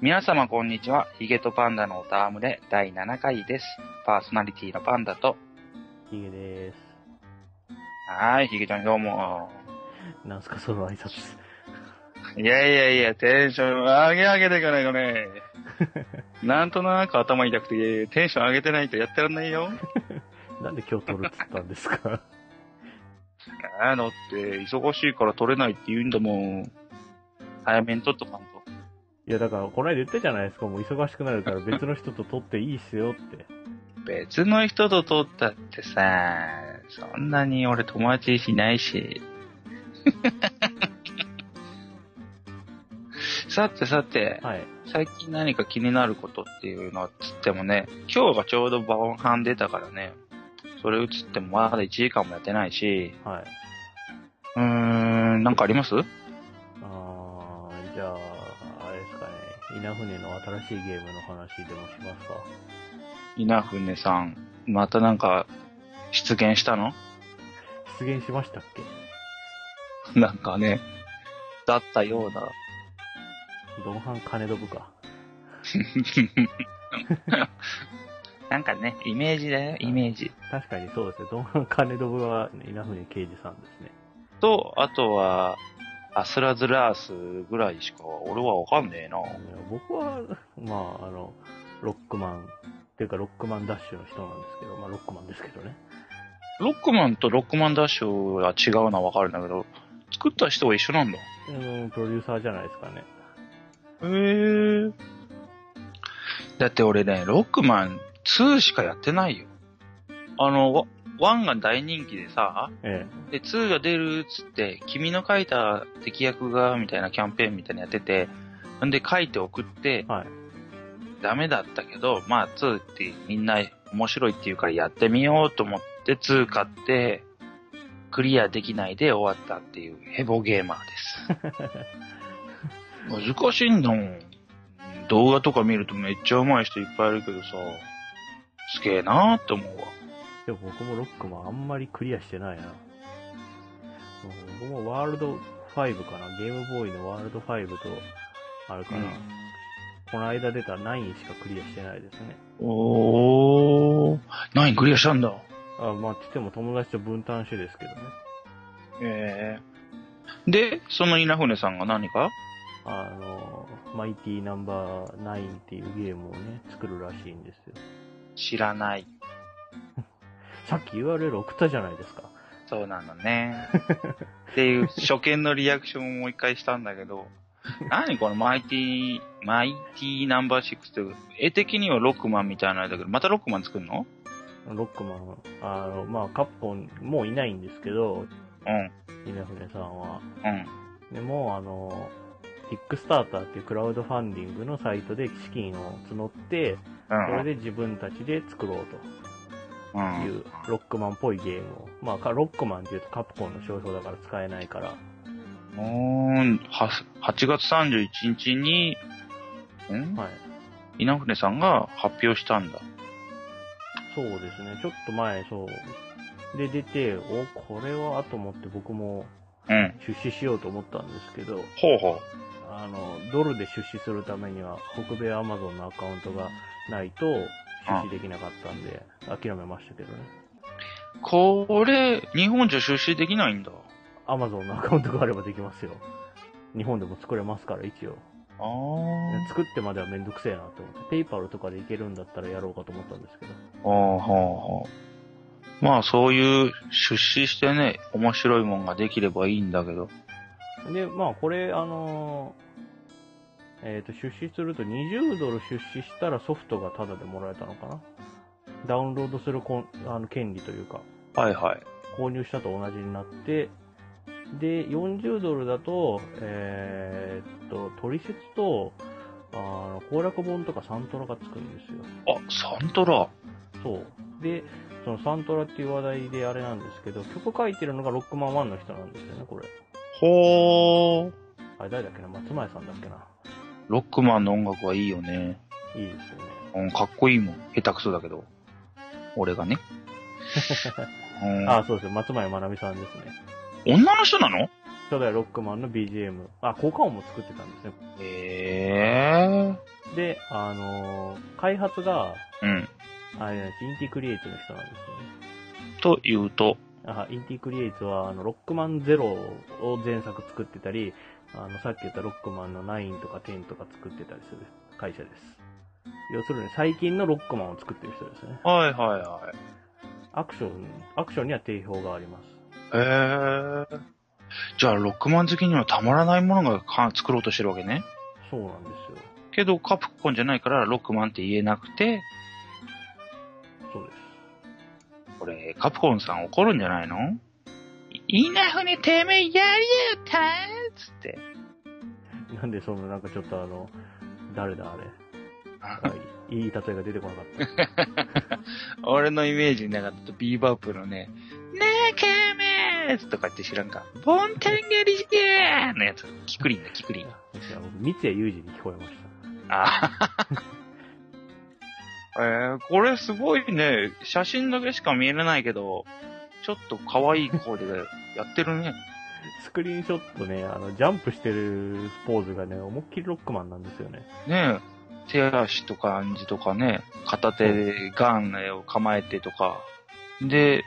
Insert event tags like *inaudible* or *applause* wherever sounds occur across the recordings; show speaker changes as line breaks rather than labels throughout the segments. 皆様こんにちは。ヒゲとパンダのおたわむれ第7回です。パーソナリティのパンダと、
ヒゲでーす。
はーい、ヒゲちゃんどうも。
なんすか、その挨拶。
いやいやいや、テンション上げ上げていかないとね。なんとなく頭痛くて、テンション上げてないとやってらんないよ。
なんで今日撮るっつったんですか *laughs*
あのって、忙しいから取れないって言うんだもん。早めに取っとかんと。
いや、だから、この間言ったじゃないですか。もう忙しくなるから別の人と撮っていいっすよって。
別の人と取ったってさ、そんなに俺友達いないし。さてさて、
はい。
最近何か気になることっていうのはつってもね、今日がちょうど晩飯出たからね、それ映ってもまだ1時間もやってないし、
はい。
うーん、なんかあります
あー、じゃあ、あれですかね。稲船の新しいゲームの話でもしますか。
稲船さん、またなんか、出現したの *laughs*
出現しましたっけ
なんかね、だったような。
ドンハン金ドブか。
なんかね、イメージだよ、イメージ。
確かにそうですね。ドンハン金ドブは稲船刑事さんですね。
と、あとは、アスラズラースぐらいしか、俺はわかんねえな。
いや僕は、まあ、あの、ロックマン、っていうかロックマンダッシュの人なんですけど、まあロックマンですけどね。
ロックマンとロックマンダッシュは違うのはわかるんだけど、作った人は一緒なんだ。
うーん、プロデューサーじゃないですかね。
へえ。だって俺ね、ロックマン2しかやってないよ。あの、わ1が大人気でさ、
え
で、2が出るっつって、君の書いた敵役が、みたいなキャンペーンみたいなのやってて、んで書いて送って
え。、はい。
ダメだったけど、まあ2ってみんな面白いっていうからやってみようと思って2買って、クリアできないで終わったっていうヘボゲーマーです。難しいんだもん。動画とか見るとめっちゃ上手い人いっぱいいるけどさ、すげえなーって思うわ。
でも僕もロックマンあんまりクリアしてないな。うん僕もワールド5かな。ゲームボーイのワールド5と、あるかな。
うん
この間出た9しかクリアしてないですね。
おー、何クリアしたんだ
あまあ、つっても友達と分担してですけどね。
ええで、その稲船さんが何か
あの、マイティナンバー9っていうゲームをね、作るらしいんですよ。
知らない。
さっき URL 送ったじゃないですか。
そうなのね。っていう初見のリアクションをもう一回したんだけど、何このマイティ、マイティナンバー6っていう、絵的にはロックマンみたいなのだけど、またロックマン作るの
ロックマン、あの、まあ、カッポン、もういないんですけ
う
ど、
ん、
稲船さんは。
うん。
でも、あの、キックスターターっていうクラウドファンディングのサイトで資金を募って、
う
それ
ん
で自分たちで作ろう
う
と
ん。
いう、ロックマンっぽいゲームを。まあか、ロックマンっていうとカプコンの商標だから使えないから。
うーん、は8月31日に、ん
はい。
稲船さんが発表したんだ。
そうですね。ちょっと前、そう。で、出て、お、これはと思って僕も
うん。
出資しようと思ったんですけど、
ほうほ
あの、ドルで出資するためには、北米アマゾンのアカウントがないと、出資できなかったんで、諦めましたけどね。
う。これ、日本じゃ出資できないんだ。
アマゾンのアカウントがあればできますよ。日本でも作れますから、一応。
あー。
作ってまではめんどくせえなと思って、ペイパルとかでいけるんだったらやろうかと思ったんですけど。
ほうほうほう。まあそういう出資してね、面白いもんができればいいんだけど。
で、まあ、これ、あのーえっ、と、出資すると20ドル出資したらソフトがタダでもらえたのかなダウンロードするこんあの権利というか、
はいはい。
購入したと同じになって、で、40ドルだと、えーっと、取説と、あの、攻略本とかサントラがつくんですよ。
あ、サントラ。
そう。で、そのサントラっていう話題であれなんですけど、曲書いてるのがロックマン1の人なんですよね、これ。
ほー。
あれ誰だっけな松前さんだっけな
ロックマンの音楽はいいよね。
いいですよね。
うん、かっこいいもん。下手くそだけど。俺 *laughs* がね。うん、
あ、そうですよ。松前まなみさんですね。
女の人なの
初代ロックマンの BGM。あ、効果音も作ってたんですね。
ええ
で、あのー開発が、
うん。
あれなんですインティクリエイツの人なんですね。
というと、
あインティクリエイツは、あの、ロックマンゼロを前作作ってたり、あの、さっき言ったロックマンの9とか10とか作ってたりする会社です。要するに最近のロックマンを作ってる人ですね。
はいはいはい。
アクション、アクションには定評があります。
へえ。じゃあ、ロックマン好きにはたまらないものがか作ろうとしてるわけね。
そうなんですよ。
けど、カプコンじゃないから、ロックマンって言えなくて、
そうです。
これ、カプコンさん怒るんじゃないのいいなふにてめえやりやったーつって。
なんでそのなんかちょっとあの、誰だあれ。あいいい例えが出てこなかった。
俺のイメージの中だと、ビーバップのね、なーかめーつとかって知らんか。ボンタンゲリジゲーのやつ。キクリンだ、キクリン。
いや僕三谷裕二に聞こえました。
あえー、これすごいね。写真だけしか見えれないけど、ちょっと可愛い声でやってるね。
スクリーンショットね、あの、ジャンプしてるポーズがね、思いっきりロックマンなんですよね。
ねえ、手足とか感じとかね、片手でガンを構えてとか。で、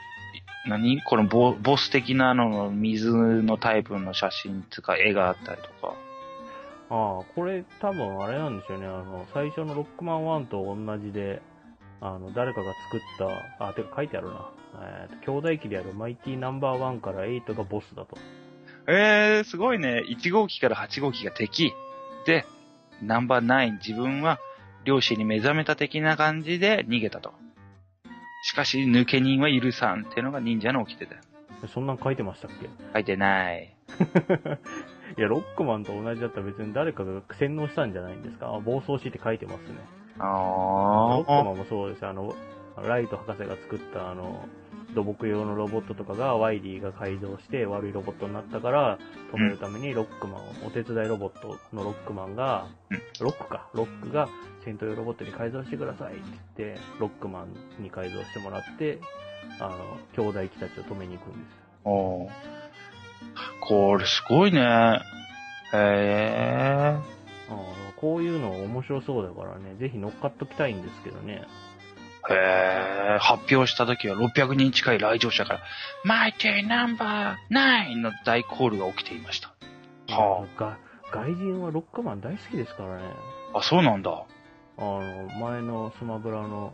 何このボボス的なのの水のタイプの写真つうか絵があったりとか。
ああ、これ多分あれなんですよね、あの、最初のロックマン1と同じで、あの、誰かが作った、あ、てか書いてあるな。えーと、兄弟機であるマイティナンバーワンから8がボスだと。
ええすごいね。1号機から8号機が敵。で、ナンバー9、自分は漁師に目覚めた的な感じで逃げたと。しかし、抜け人は許さんっていうのが忍者の掟だよ。
そんなん書いてましたっけ
書いてない。
*laughs* いや、ロックマンと同じだったら別に誰かが洗脳したんじゃないんですかあ暴走しって書いてますね。
あ
ロック
あ。
マンもそうです。あの、ライト博士が作ったあの、土木用のロボットとかがワイリーが改造して悪いロボットになったから止めるためにロックマンを、お手伝いロボットのロックマンが
うん、
ロックか、ロックが戦闘用ロボットに改造してくださいって言って、ロックマンに改造してもらって、あの、兄弟機たちを止めに行くんですよ。
おーこれすごいね。へえ。
あーこういうの面白そうだからね、ぜひ乗っかっときたいんですけどね。
へえ。発表した時は600人近い来場者から、マイティナンバー9の大コールが起きていました。は
が外人はロックマン大好きですからね。
あ、そうなんだ。
あの、前のスマブラの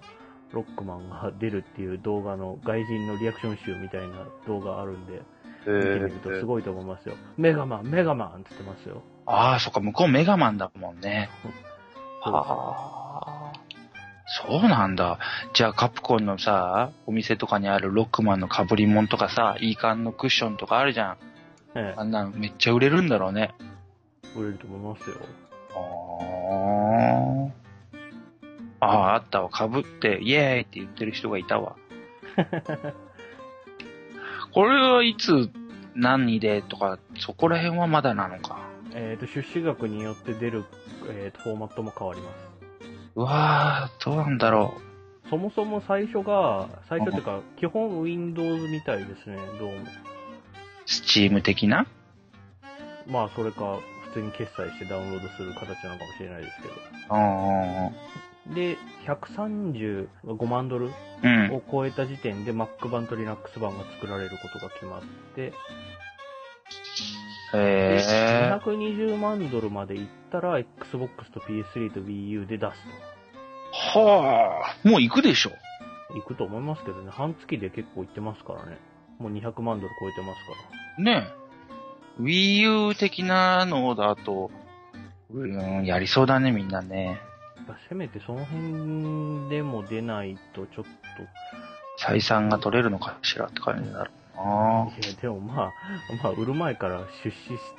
ロックマンが出るっていう動画の外人のリアクション集みたいな動画あるんで、
へ
見てみるとすごいと思いますよ。メガマン、メガマンって言ってますよ。
ああ、そっか、向こうメガマンだもんね。
そう
はあ。そうなんだ。じゃあ、カプコンのさ、お店とかにあるロックマンの被り物とかさ、いい感のクッションとかあるじゃん。
え
あんなんめっちゃ売れるんだろうね。
え、売れると思いますよ。
ああ。ああ、あったわ。被って、イエーイって言ってる人がいたわ。これはいつ、何でとか、そこら辺はまだなのか。
えっ、と、出資額によって出る、えーと、フォーマットも変わります。
うわー、どうなんだろう。
そもそも最初が、最初っていうか、基本 Windows みたいですね、どうも。
スチーム的な
まあ、それか、普通に決済してダウンロードする形なのかもしれないですけ
うんうん
ど。で、135万ドル
うん。うん。
を超えた時点で Mac 版と Linux 版が作られることが決まって、で
へえ。
220万ドルまでいったら、Xbox と PS3 と Wii U で出す
はあ。もう行くでしょ。
と。いくと思いますけどね、半月で結構いってますからね。もう200万ドル超えてますから。
ねえ。Wii U 的なのだと、うん、やりそうだね、みんなね。
やっぱせめてその辺でも出ないとちょっと
採算が取れるのかしらって感じだろうない
や、でもまあ、まあ、売る前から出資し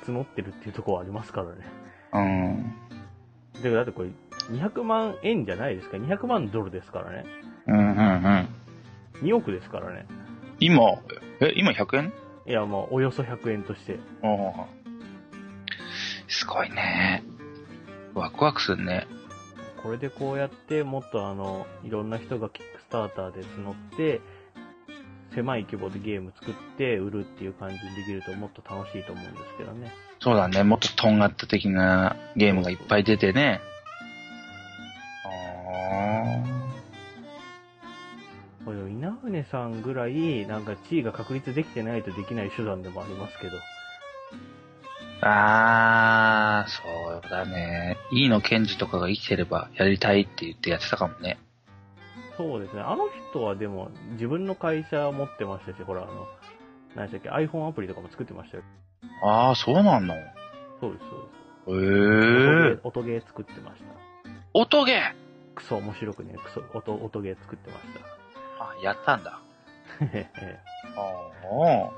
募ってるっていうところはありますからね。
うん。
で、だってこれ、200万円じゃないですか。200万ドルですからね。
うん、うん、うん。
2億ですからね。
今、え、今100円
いや、まあ、およそ100円として。
ああ。すごいね。ワクワクするね。
これでこうやって、もっとあの、いろんな人がキックスターターで募って、狭い規模でゲーム作って売るっていう感じにできるともっと楽しいと思うんですけどね。
そうだね。もっととんがった的なゲームがいっぱい出てね。
姉さんぐらい、なんか地位が確立できてないとできない手段でもありますけど。
あー、そうだね。E の検事とかが生きてればやりたいって言ってやってたかもね。
そうですね。あの人はでも、自分の会社持ってましたし、ほら、あの、何でしたっけ、iPhone アプリとかも作ってましたよ。
あー、そうなんのへ
そうです、そう
え
で
ー。。
す音ゲー音ゲー作ってました。
音ゲー
クソ面白くね、クソ、音、音ゲー作ってました。
あ、やったんだ。
ええ
あ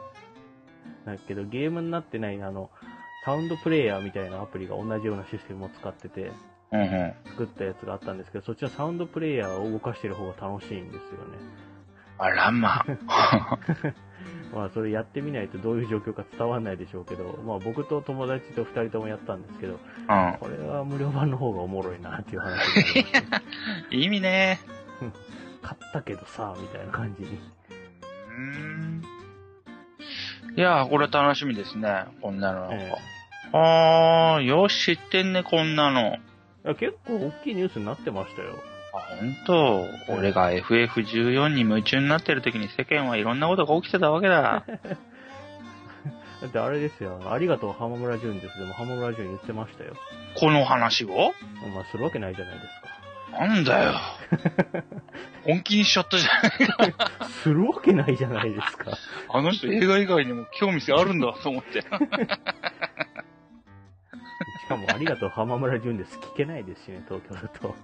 *laughs* だけど、ゲームになってない、あの、サウンドプレイヤーみたいなアプリが同じようなシステムを使ってて、
ー。うんうん。
作ったやつがあったんですけど、そっちはサウンドプレイヤーを動かしてる方が楽しいんですよね。
あらま。
まあ、それやってみないとどういう状況か伝わんないでしょうけど、まあ、僕と友達と二人ともやったんですけど、
うん。
これは無料版の方がおもろいなっていう話になりましたね
意味ね
買ったけどさ、みたいな感じに。
うーん。いやー、これ楽しみですね。こんなのなんか。あー、よし、知ってんね、こんなの。
いや結構大きいニュースになってましたよ。
あ、ほんと。俺が FF14 に夢中になってる時に世間はいろんなことが起きてたわけだ。
だってあれですよ、ありがとう浜村淳です。でも浜村淳言ってましたよ。
この話を
まあ、するわけないじゃないですか。
なんだよ。本気にしちゃったじゃん。
するわけないじゃないで
*laughs*
すか。
あの人映画以外にも興味性あるんだと思って。
しかも、ありがとう浜村淳です。聞けないですしね、東京だと。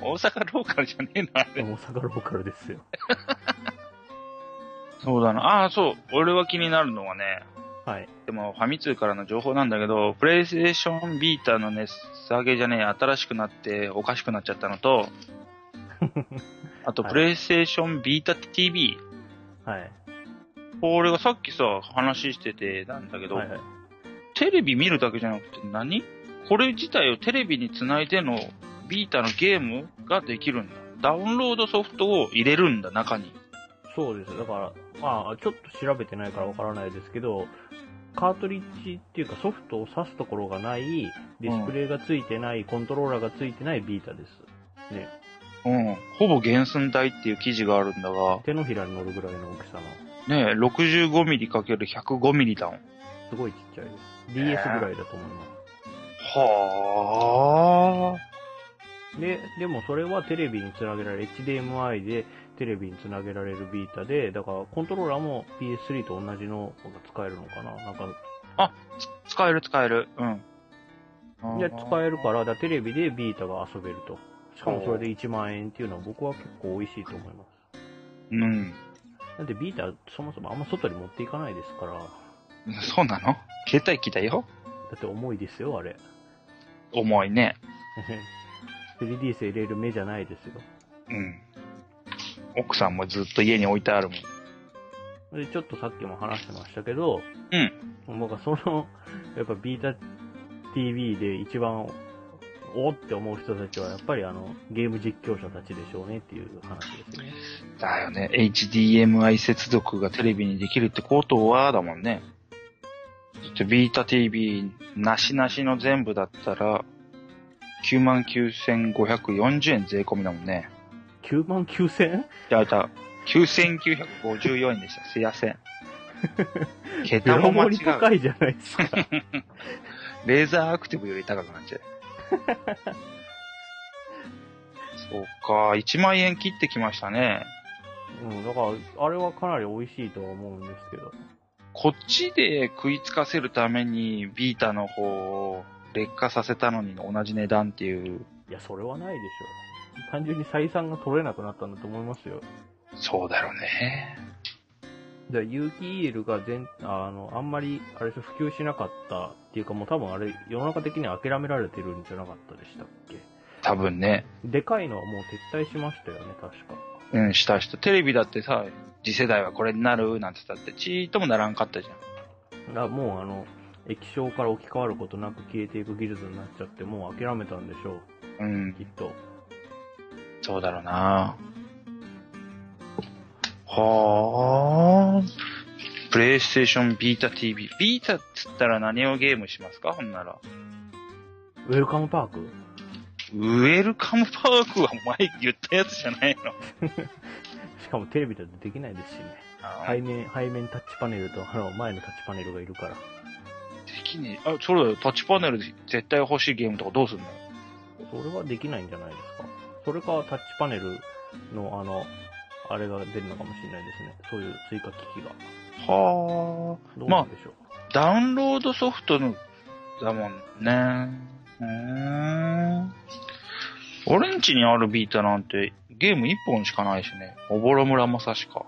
大阪ローカルじゃねえな、あ
大
れ。
阪ローカルですよ。
そうだな。ああ、そう。俺は気になるのはね、
はい。
でもファミ通からの情報なんだけど、プレイステーションビータの値下げじゃねえ、新しくなっておかしくなっちゃったの
*laughs*
と、あと
はい
プレイステーションビータ TV。
はい。
これがさっきさ、話しててなんだけど、
はいはい。
テレビ見るだけじゃなくて何これ自体をテレビにつないでのビータのゲームができるんだ。ダウンロードソフトを入れるんだ、中に。
そうです。だから、まあ、ちょっと調べてないからわからないですけど、カートリッジっていうかソフトを挿すところがない、ディスプレイがついてない、コントローラーがついてないビータです。ね。
うん。ほぼ原寸大っていう記事があるんだが、
手のひらに乗るぐらいの大きさの。
ねえ、65mm×105mm だもん。
すごいちっちゃいです。DS ぐらいだと思いま
はあ。
す。で、でもそれはテレビにつなげられ、HDMI でテレビにつなげられるビータで、だからコントローラーも PS3 と同じのが使えるのかななんか、
使える使える。うん。
いや、使えるから、だからテレビでビータが遊べると。しかもそれで1万円っていうのは僕は結構美味しいと思います。
うん。 *laughs*
だってビータそもそもあんま外に持っていかないですから、だ
そうなの携帯機だよ。
って重いですよ、あれ。 *laughs*
重いね。
3DS 入れる目じゃないですよ。
うん。奥さんもずっと家に置いてあるもん。
で、ちょっとさっきも話してましたけど、
うん。
僕はその、 *laughs* やっぱビータ TV で一番、おって思う人たちは、やっぱりあの、ゲーム実況者たちでしょうねっていう話ですね。
だよね。HDMI 接続がテレビにできるってことは、だもんね。ちょっとビータ TV なしなしの全部だったら、99,540円税込みだもんね。
9万 9000?
いや、た、9954円でした。すいま
*laughs*
せん。桁も間違
盛り
う。
高いじゃないですか。
レーザーアクティブより高くなっ
*laughs*
ちゃう。そうか、1万円切ってきましたね。
*laughs* うん、だから、あれはかなり美味しいとは思うんですけど。
こっちで食いつかせるためにビータの方を劣化させたのに同じ値段っていう。
いや、それはないでしょう。単純に採算が取れなくなったんだと思いますよ。
そうだろうね。
だから有機 EL が全、あの、あんまり、あれでしょ普及しなかったっていうか、もう多分あれ、世の中的には諦められてるんじゃなかったでしたっけ
多分ね。
でかいのはもう撤退しましたよね、確か。
うん、したした。テレビだってさ、次世代はこれになるなんて言ったって、ちーっともならんかったじゃん。
だからもうあの、液晶から置き換わることなく消えていく技術になっちゃって、もう諦めたんでしょ
うん
う、き、っと。
そうだろうな。はあ。プレイステーションビータ TV。ビータっつったら何をゲームしますかほんなら。
ウェルカムパーク
ウェルカムパークは前言ったやつじゃないの。
かもテレビだとできないですしね。
は
背
い。で
面、背面タッチパネルと、あの、前のタッチパネルがいるから。
きねえあ、それだよ。タッチパネルで絶対欲しいゲームとかどうすんの
それはできないんじゃないですか。それか、タッチパネルの、あの、あれが出るのかもしれないですね。そういう追加機器が。
は
どうなんでしょう。
あ。ダウンロードソフトの、だもんね。うーん。俺んちにあるビータなんてゲーム一本しかないしね。おぼろ村正しか。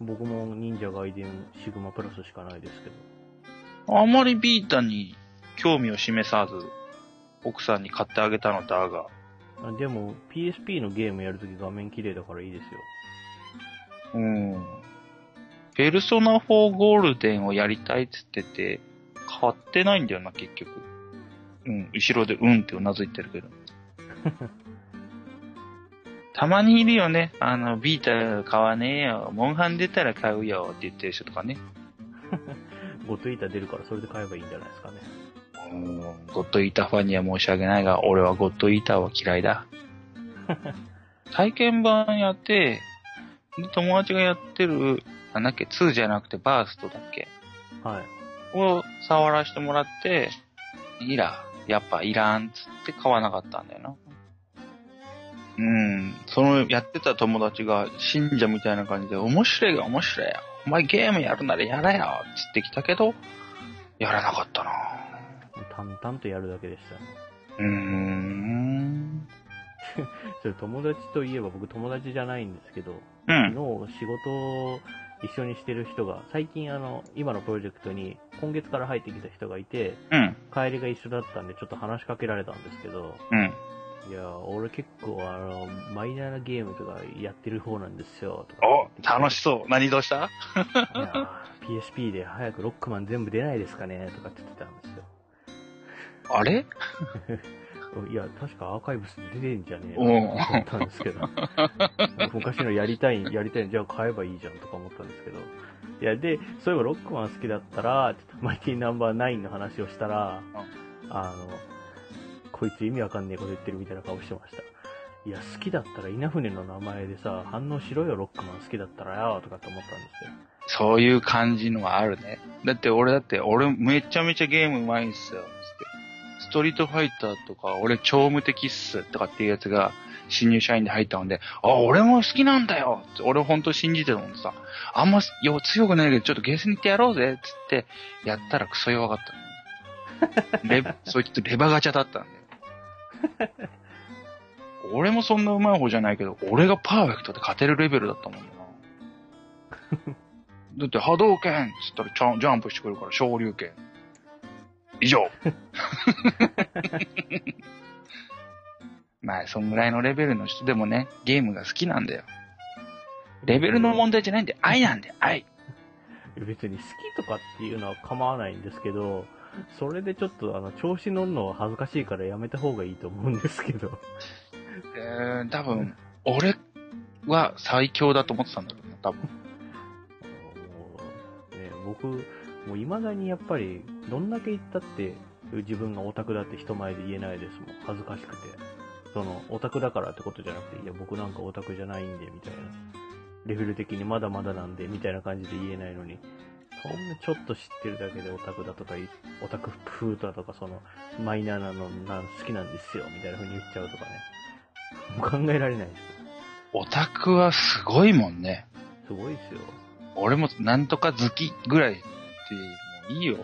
僕も忍者外伝シグマプラスしかないですけど。
あまりビータに興味を示さず、奥さんに買ってあげたのだが、
あでも、PSP のゲームやるとき画面綺麗だからいいです
う
よ。
ん。ペルソナ4ゴールデンをやりたいっつってて、買ってないんだよな、結局。うん、後ろでうんってうなずいてるけ *laughs* ど。たまにいるよね。あの、ビータ買わねえよ。モンハン出たら買うよって言ってる人とかね。
ゴツイータ出るからそれで買えばいいんじゃないですかね。
うん、ゴッドイーターファンには申し訳ないが、俺はゴッドイーターは嫌い *laughs* だ。体験版やって、で友達がやってる、なんだっけ、2じゃなくてバーストだっけ
はい。
を触らせてもらって、いいら、やっぱいらんっつって買わなかったんだよな。うん、そのやってた友達が信者みたいな感じで、面白いが面白いや。お前ゲームやるならやれよっつってきたけど、やらなかったな
淡々とやるだけでしたね。
うーん。
それ友達といえば僕友達じゃないんですけど、
う
昨
ん。
日仕事を一緒にしてる人が、最近あの、今のプロジェクトに今月から入ってきた人がいて、
うん。
帰りが一緒だったんでちょっと話しかけられたんですけど、
うん。
いやー、俺結構あの、マイナーなゲームとかやってる方なんですよ、とか。
お、楽しそう。何どうした
いやー PSP で早くロックマン全部出ないですかねとかって言ってたんです
あれ
よ。いや、確かアーカイブスに出てんじゃねえ
うん。
のと思ったんですけど。 *laughs* 昔のやりたい、やりたい、じゃあ買えばいいじゃんとか思ったんですけど。いや、で、そういえばロックマン好きだったら、ちょっとマイティナンバー9の話をしたら、あの、こいつ意味わかんねえこと言ってるみたいな顔してました。いや、好きだったら稲船の名前でさ、反応しろよ、ロックマン好きだったらよ、とかって思ったんですよ。
そういう感じのはあるね。だって俺だって、俺めちゃめちゃゲームうまいんすよ。つってストリートファイターとか、俺超無敵っすとかっていうやつが新入社員で入ったので、あ、俺も好きなんだよって俺ほんと信じてたもんさ。あんまよ強くないけど、ちょっとゲーセンに行ってやろうぜっつって、やったらクソ弱かった。レ、そいつレバガチャだったんで。俺もそんなうまい方じゃないけど、俺がパーフェクトで勝てるレベルだったもんな。だって波動拳っつったらジャンジャンプしてくるから昇竜拳。以上。 *laughs* まあ、そんぐらいのレベルの人でもね、ゲームが好きなんだよ。レベルの問題じゃないんで、愛なんで、愛。
別に好きとかっていうのは構わないんですけど、それでちょっとあの、調子乗るのは恥ずかしいからやめた方がいいと思うんですけど。
えー、多分、俺は最強だと思ってたんだけどな、多分。
あのね、僕、もう未だにやっぱり、どんだけ言ったって、自分がオタクだって人前で言えないですもん。恥ずかしくて。その、オタクだからってことじゃなくて、いや、僕なんかオタクじゃないんで、みたいな。レベル的にまだまだなんで、みたいな感じで言えないのに、そんなちょっと知ってるだけでオタクだとかい、オタク風だとか、その、マイナーなのな好きなんですよ、みたいな風に言っちゃうとかね。もう考えられないです。
オタクはすごいもんね。
すごいですよ。
俺もなんとか好きぐらいって、もういいよ。
うん。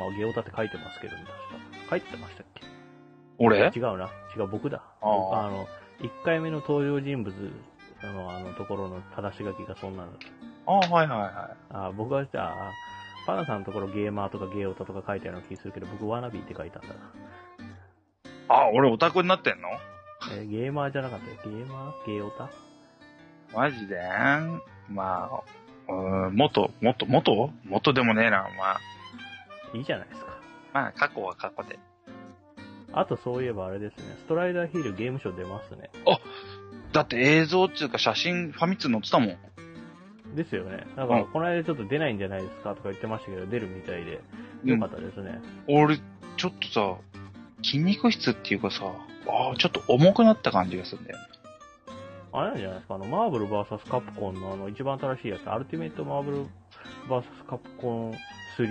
まあ、ゲオタって書いてますけどね、確か。書いてましたっけ
俺
違うな。違う、僕だ。
ああ
あの、1回目の登場人物のあのところの正し書きがそんなの。
あはいはいはい。
あ僕は、ああ、パナさんのところゲーマーとかゲーオタとか書いてあるような気するけど、僕ワナビーって書いたんだな。
あ、俺オタクになってんの
えーゲーマーじゃなかったよ。ゲーマーゲーオタ
マジでまあ、うーん、元、元、元元でもねえな。まあ、
いいじゃないですか。
まあ、過去は過去で。
あとそういえばあれですね、ストライダーヒールゲームショー出ますね。
だって映像っていうか写真、ファミ通載ってたもん。
ですよね。だから、
うん
この間ちょっと出ないんじゃないですかとか言ってましたけど、出るみたいで、よかったですね。
俺、ちょっとさ、筋肉質っていうかさ、ああ、ちょっと重くなった感じがするんだよね。
ああれなんじゃないですか、あの、マーブル VS カプコンのあの、一番新しいやつ、アルティメットマーブル VS カプコン3
う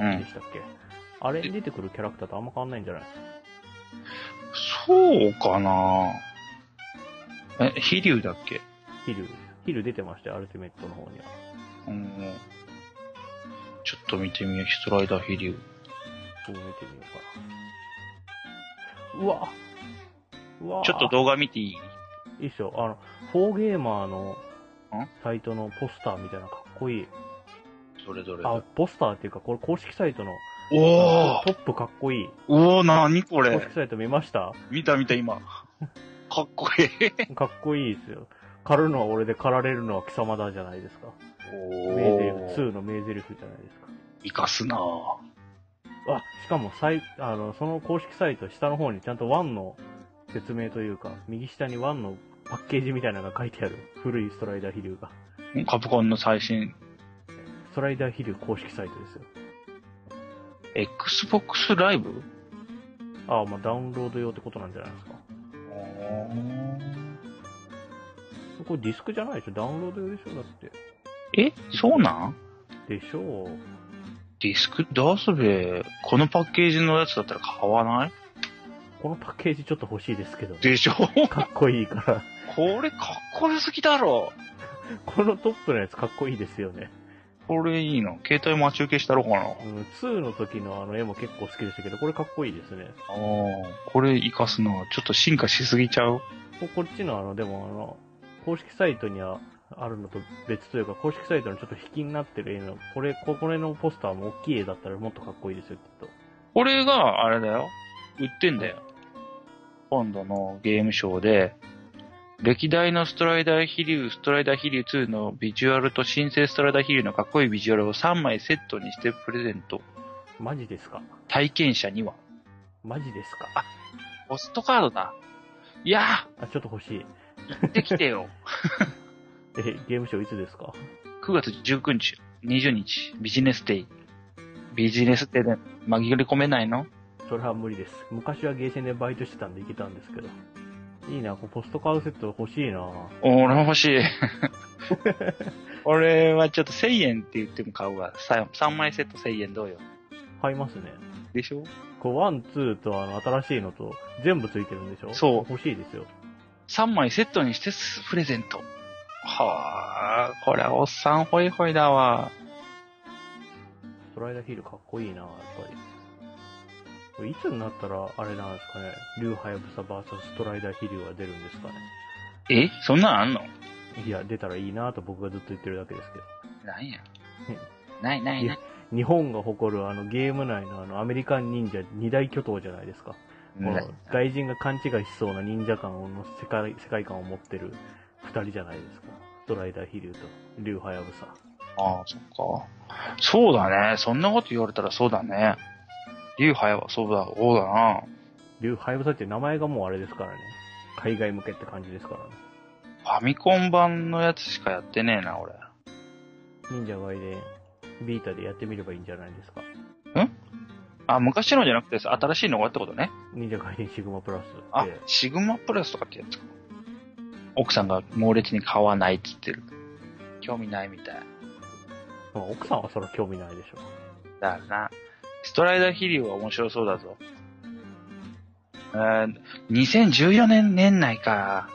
で
ん。
したっけ、あれに出てくるキャラクターとあんま変わんないんじゃない
そうかなえ、飛竜だっけ
ヒル、ヒル出てましたよ、アルティメットの方には。
うん。ちょっと見てみよう、ストライダー飛竜。
ちょっと見てみようかな。うわうわ
ちょっと動画見ていい
いいっすよ。あの、フォーゲーマーのサイトのポスターみたいなかっこいい。
どれどれ
あ、ポスターっていうか、これ公式サイトの
お
トップかっこいい。
おおお何こ
公
れ
式サイト見ました
見た見た *laughs* 今。かっこいい。
かっこいいですよ。狩るのは俺で狩られるのは貴様だじゃないですか。名台詞、2の名台詞じゃないですか。
生かすなぁ。
あ、しかも、さい、あの、その公式サイト下の方にちゃんと1の説明というか、右下に1のパッケージみたいなのが書いてある。古いストライダー飛竜が。
カプコンの最新、
ストライダー飛竜公式サイトですよ。
Xbox ライブ
ああ、まあダウンロード用ってことなんじゃないですか。これディスクじゃないでしょダウンロード用でしょだって。
え、そうなん
でしょう。
ディスク出すべ。このパッケージのやつだったら買わない
このパッケージちょっと欲しいですけど。
でしょこ
かっこいいから。
れかっこよすぎだろ。
このトップのやつかっこいいですよね。
これいいの。携帯待ち受けしたろかな。
うん、2の時のあの絵も結構好きでしたけど、これかっこいいですね。
ああ、これ活かすのはちょっと進化しすぎちゃう
ここっちのあの、でもあの、公式サイトにはあるのと別というか、公式サイトのちょっと引きになってる絵の、これ、ここれのポスターも大きい絵だったらもっとかっこいいですよ、きっと。
これが、あれだよ。売ってんだよ。今度のゲームショーで、歴代のストライダーヒリュー、ストライダーヒリュー2のビジュアルと新生ストライダーヒリューのかっこいいビジュアルを3枚セットにしてプレゼント。
マジですか
体験者には。
マジですか
ポストカードだ。いや
あ、ちょっと欲しい。
ー、できて *laughs* よ。
え、ゲームショーいつですか
9月19日、20日、ビジネスデイ。ビジネスデイで紛れ込めないの
それは無理です。昔はゲーセンでバイトしてたんで行けたんですけど。いいな、こうポストカードセット欲しいな
俺も欲
*laughs*
しい。俺はちょっと1000円って言っても買うわ。3, 枚セット1000円どうよ。
買いますね。
でしょ
こう、ワン、ツーとあの、新しいのと、全部ついてるんでしょ
そう
欲しいですよ。
?3 枚セットにしてプレゼント。はあ、これはおっさんホイホイだわ。
ストライダーヒールかっこいいなやっぱり。これいつになったら、あれなんですかね、竜ハヤブサ VS ストライダーヒルは出るんですかね。
えそんなんあんの
いや、出たらいいなと僕がずっと言ってるだけですけど。
なんや。ないない
い
な
や
い。
日本が誇るあのゲーム内のあのアメリカン忍者二大巨頭じゃないですか。この外人が勘違いしそうな忍者感の世界世界観を持ってる二人じゃないですか。ストライダーヒルと竜ハヤブサ。
ああ、そっか。そうだね。そんなこと言われたらそうだね。竜ハヤはそうだ、そうだな。
竜ハヤブサって名前がもうあれですからね。海外向けって感じですからね。
ファミコン版のやつしかやってねえな、俺。
忍者ガイデンビータでやってみればいいんじゃないですか。
あ、昔のじゃなくて新しいのがってことね。
忍者ガイデンシグマプラス
あ
って、、
シグマプラスとかってやつか。奥さんが猛烈に買わないっつってる。興味ないみたい。
まあ奥さんはそれ興味ないでしょ。
だよな。ストライダーヒリューは面白そうだぞ。えー、2014年年内か。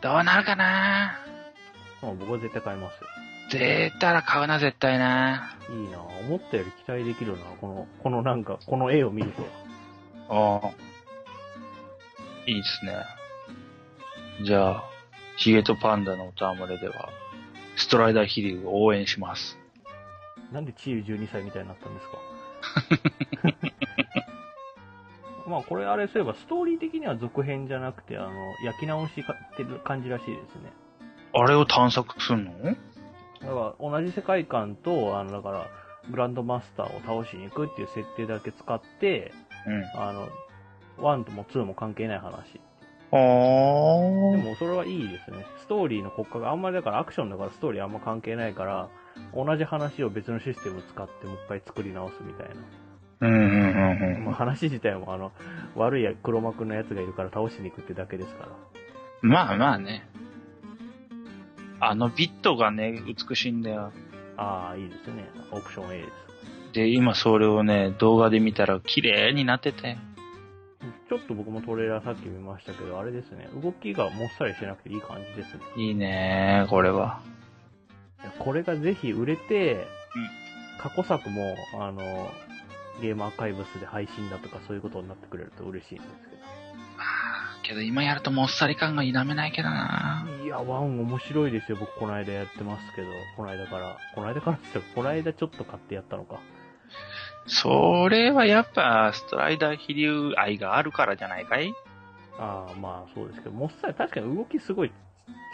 どうなるかな
まあ、僕は絶対買います
絶対ら買うな、絶対な。
よ。いいなぁ思ったより期待できるなぁこの、このなんか、この絵を見ると。
ああ。いいっすね。じゃあ、ヒゲとパンダの歌まれでは、ストライダーヒリューを応援します。
なんでチーユ12歳みたいになったんですかまあこれあれそういえばストーリー的には続編じゃなくて、あの、焼き直しかってる感じらしいですね。
あれを探索すんの
だから同じ世界観と、あの、だから、グランドマスターを倒しに行くっていう設定だけ使って、
うん。
あの、1とも2も関係ない話。
あ
で
ー
もそれはいいですね。ストーリーの国家があんまりだからアクションだからストーリーあんま関係ないから、同じ話を別のシステム使ってもう一回作り直すみたい
うんうんうん
な。
う
まあ
ん。
話自体もあの、悪い黒幕のやつがいるから倒しに行くってだけですから。
まあまあね。あのビットがね、美しいんだよ。
ああ、いいですね。オプション A です。
で、今それをね、動画で見たら綺麗になってて。
ちょっと僕もトレーラーさっき見ましたけど、あれですね。動きがもっさりしてなくていい感じですね。
いいねこれは。
いやこれがぜひ売れて
うん、
過去作も、あの、ゲームアーカイブスで配信だとかそういうことになってくれると嬉しいんです
あーけど今やるともっさり感が否めないけどな
けど。いや、ワン面白いですよ。僕この間やってますけど、この間から。この間からですよ。この間ちょっと買ってやったのか。
それはやっぱ、ストライダー飛竜愛があるからじゃないかい
ああ、まあそうですけど、もっさり、確かに動きすごい、チ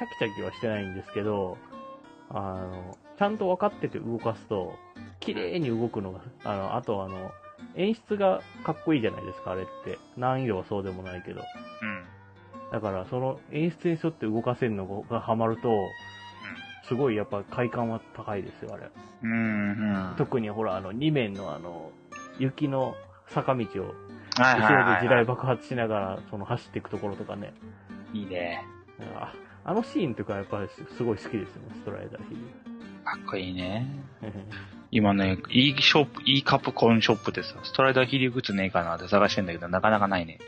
ャキチャキはしてないんですけど、あの、ちゃんと分かってて動かすと、綺麗に動くのが、あの、あとあの、演出がかっこいいじゃないですか、あれって。難易度はそうでもないけど。
うん。
だから、その演出に沿って動かせるのがハマると、すごいやっぱ快感は高いですよ、あれ。
うん。うん。うん。
特にほら、あの、2面のあの、雪の坂道を、
は
後
いはいはい
ろで地
は
雷爆発しながら、その走っていくところとかね。
い。いいね。
ああのシーンとかやっぱりすごい好きですよね、ストライダーヒ
かっこいいね。
ル。 *laughs*
今ね、いいショップ、いいカプコンショップでさ、ストライダー飛竜グッズねえかなって探してんだけど、なかなかないね。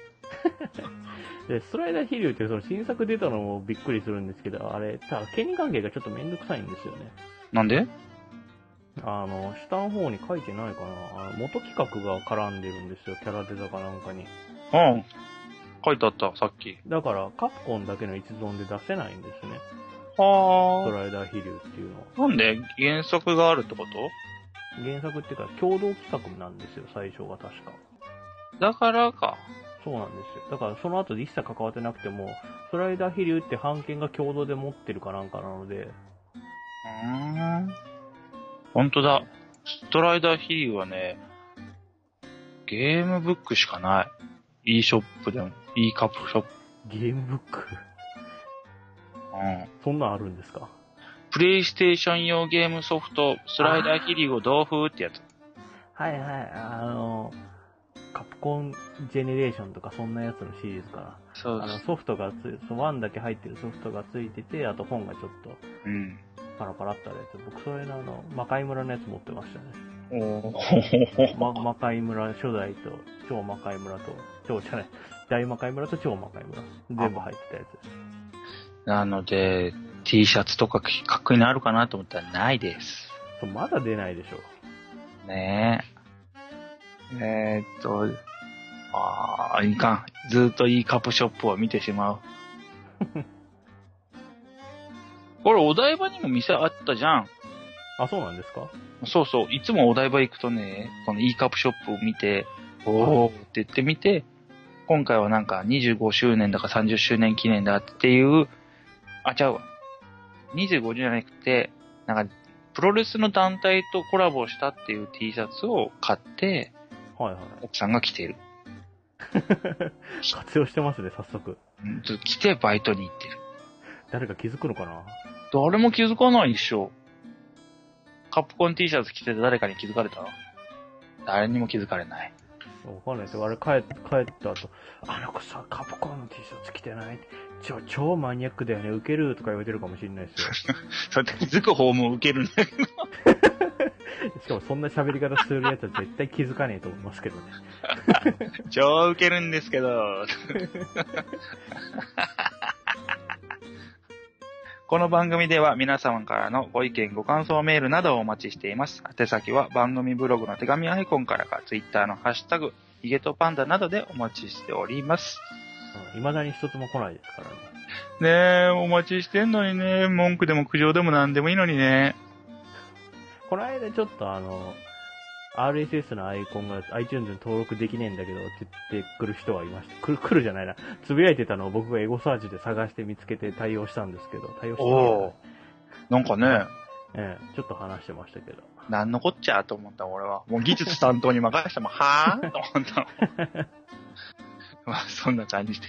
で、ストライダーヒルってその新作出たのもびっくりするんですけど、あれ、ただ権利関係がちょっとめんどくさいんですよね。
なんで
あの、下の方に書いてないかな。あの元企画が絡んでるんですよ、キャラデザかなんかに。
うん。書いてあった、さっき。
だから、カプコンだけの一存で出せないんですね。スト
は
ライダー飛竜っていうのは。
あ。なんで原作があるってこと
原作っていうか、共同企画なんですよ、最初が確か。
だからか。
そうなんですよ。だから、その後で一切関わってなくても、ストライダー飛竜って版権が共同で持ってるかなんかなので、
うーん。ほんとだ。ストライダー飛竜はね、ゲームブックしかない。e ショップでも、e カップショップ。
ゲームブック *laughs*
うん。
そんなんあるんですか
プレイステーション用ゲームソフト、ストライダー飛竜を同封ってやつ。
はいはい、あの、カプコンジェネレーションとかそんなやつのシリーズか
そ
な。あの、ソフトがつい、その1だけ入ってるソフトがついてて、あと本がちょっと
うん。
パラパラってあるやつ。僕、それのあの、魔界村のやつ持ってましたね。
お
ま、魔界村初代と、超魔界村と、超じゃない、大魔界村と超魔界村。全部入ってたやつ。
なので、T シャツとかかっこいいのあるかなと思ったらないです。
そうまだ出ないでしょ。
ねえ。えーっと、ああ、いかん。ずーっといいカップショップを見てしまう。これお台場にも店あったじゃん。
あ、そうなんですか
そうそう。いつもお台場行くとね、このいいカップショップを見て、おーって言ってみて、今回はなんか25周年だか30周年記念だっていう、あ、ちゃうわ。25じゃなくて、なんか、プロレスの団体とコラボしたっていう T シャツを買って、
はいはい。
奥さんが着ている。
活用してますね、早速。
うんず着てバイトに行ってる。
誰か気づくのかな
誰も気づかないでしょ。カプコン T シャツ着てて誰かに気づかれた誰にも気づかれ *laughs* ない。
わかんないですよ。あれ帰って、帰った後、あの子さ、カプコンの T シャツ着てないちょ、超マニアックだよね、ウケるとか言われてるかもしれないですよ。
そうやって気づく方も受けるね。
しかもそんな喋り方するやつは絶対気づかねえと思いますけどね。
超受けるんですけど。 *laughs* この番組では皆様からのご意見、ご感想メールなどをお待ちしています。宛先は番組ブログの手紙アイコンからか、ツイッターのハッシュタグ、ヒゲとパンダなどでお待ちしております。
うん未だに一つも来ないですからね。
ねえ、お待ちしてんのにね、文句でも苦情でも何でもいいのにね。
この間ちょっとあの、RSS のアイコンが iTunes に登録できねえんだけどって言ってくる人がいました。くる、来るじゃないな。つぶやいてたのを僕がエゴサーチで探して見つけて対応したんですけど、対応した
おおなんかね、
ええ、ちょっと話してましたけど。
なんのこっちゃと思った俺は。もう技術 *laughs* 担当に任せても、はぁと思った。まあ、そんな感じで。